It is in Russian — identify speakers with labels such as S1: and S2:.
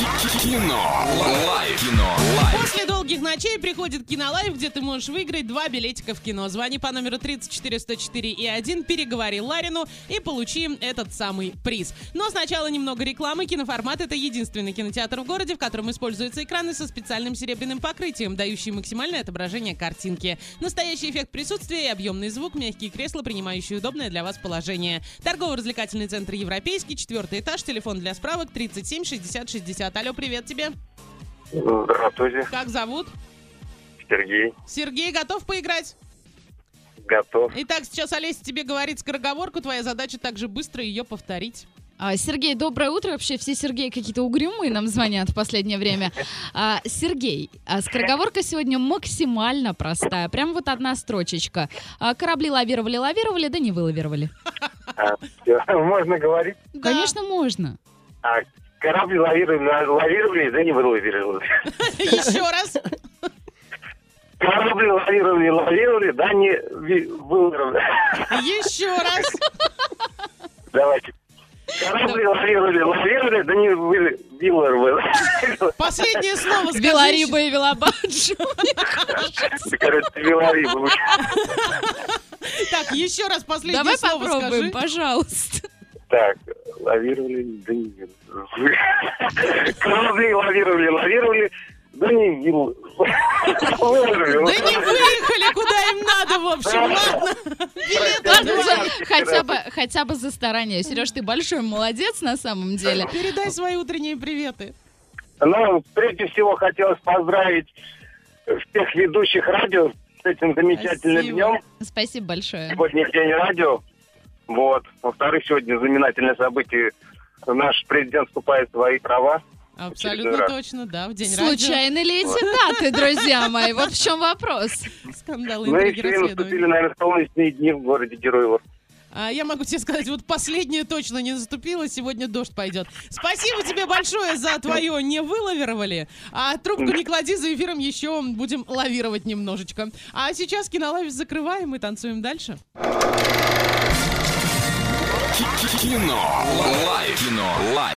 S1: Кино. Лайф. Кино. Лайф.
S2: После долгих ночей приходит Кинолайф, где ты можешь выиграть два билетика в кино. Звони по номеру 34104 и 1, переговори Ларину и получи этот самый приз. Но сначала немного рекламы. Киноформат — это единственный кинотеатр в городе, в котором используются экраны со специальным серебряным покрытием, дающие максимальное отображение картинки. Настоящий эффект присутствия и объемный звук, мягкие кресла, принимающие удобное для вас положение. Торгово-развлекательный центр «Европейский», четвертый этаж, телефон для справок 37 60 60. Алло, привет тебе.
S3: Здравствуйте,
S2: Как зовут?
S3: Сергей.
S2: Сергей, готов поиграть?
S3: Готов.
S2: Итак, сейчас Олеся тебе говорит скороговорку. Твоя задача также быстро ее повторить.
S4: А, Сергей, доброе утро. Вообще все Сергеи какие-то угрюмые нам звонят в последнее время. А, Сергей, а скороговорка сегодня максимально простая. Прям вот одна строчечка. А, корабли лавировали, лавировали, да не вылавировали.
S3: А, Всё, Можно говорить.
S2: Да.
S4: Конечно, можно.
S3: А корабли лавировали, а, лавировали, да не вылавировали.
S2: Еще раз.
S3: Корабли лавировали, лавировали, да не ви- вылавировали.
S2: Еще раз.
S3: Давайте. Корабли лавировали, лавировали, да не вы- вылавировали.
S2: Последнее слово скажи.
S4: Белориба и Велобадж.
S3: Да, Короче, вилари был.
S2: Так, еще раз последнее
S4: Давай
S2: слово
S4: попробуем,
S2: скажи.
S4: пожалуйста.
S3: Так, лавировали, да не вылавировали. Корабли лавировали, лавировали, да не вил-
S2: Да
S3: вылавировали.
S2: не выехали, куда им надо, в общем. Ладно. Билеты
S4: Ладно,
S2: отдавай.
S4: за- Ну, Хотя бы, хотя бы за старание. Сереж, ты большой молодец на самом деле.
S2: Передай свои утренние приветы.
S3: Ну, прежде всего хотелось поздравить всех ведущих радио с этим замечательным
S2: Спасибо.
S3: днем.
S4: Спасибо большое.
S3: Сегодня день радио. Вот. Во-вторых, сегодня знаменательное событие. Наш президент вступает в свои права.
S2: Абсолютно
S3: раз.
S2: точно, да, в день
S4: Случайно ли эти даты, друзья мои? Вот в чем вопрос.
S2: радио. Скандалы,
S3: Ну и
S2: интриги,
S3: еще и
S2: расследования.
S3: наступили, наверное, солнечные дни в городе Героево.
S2: А я могу тебе сказать, вот последнее точно не наступило, сегодня дождь пойдет. Спасибо тебе большое за твое «не вылавировали», а трубку не клади, за эфиром еще будем лавировать немножечко. А сейчас кинолавис закрываем и танцуем дальше.
S1: Кино. Лайф. Кино. Лайф.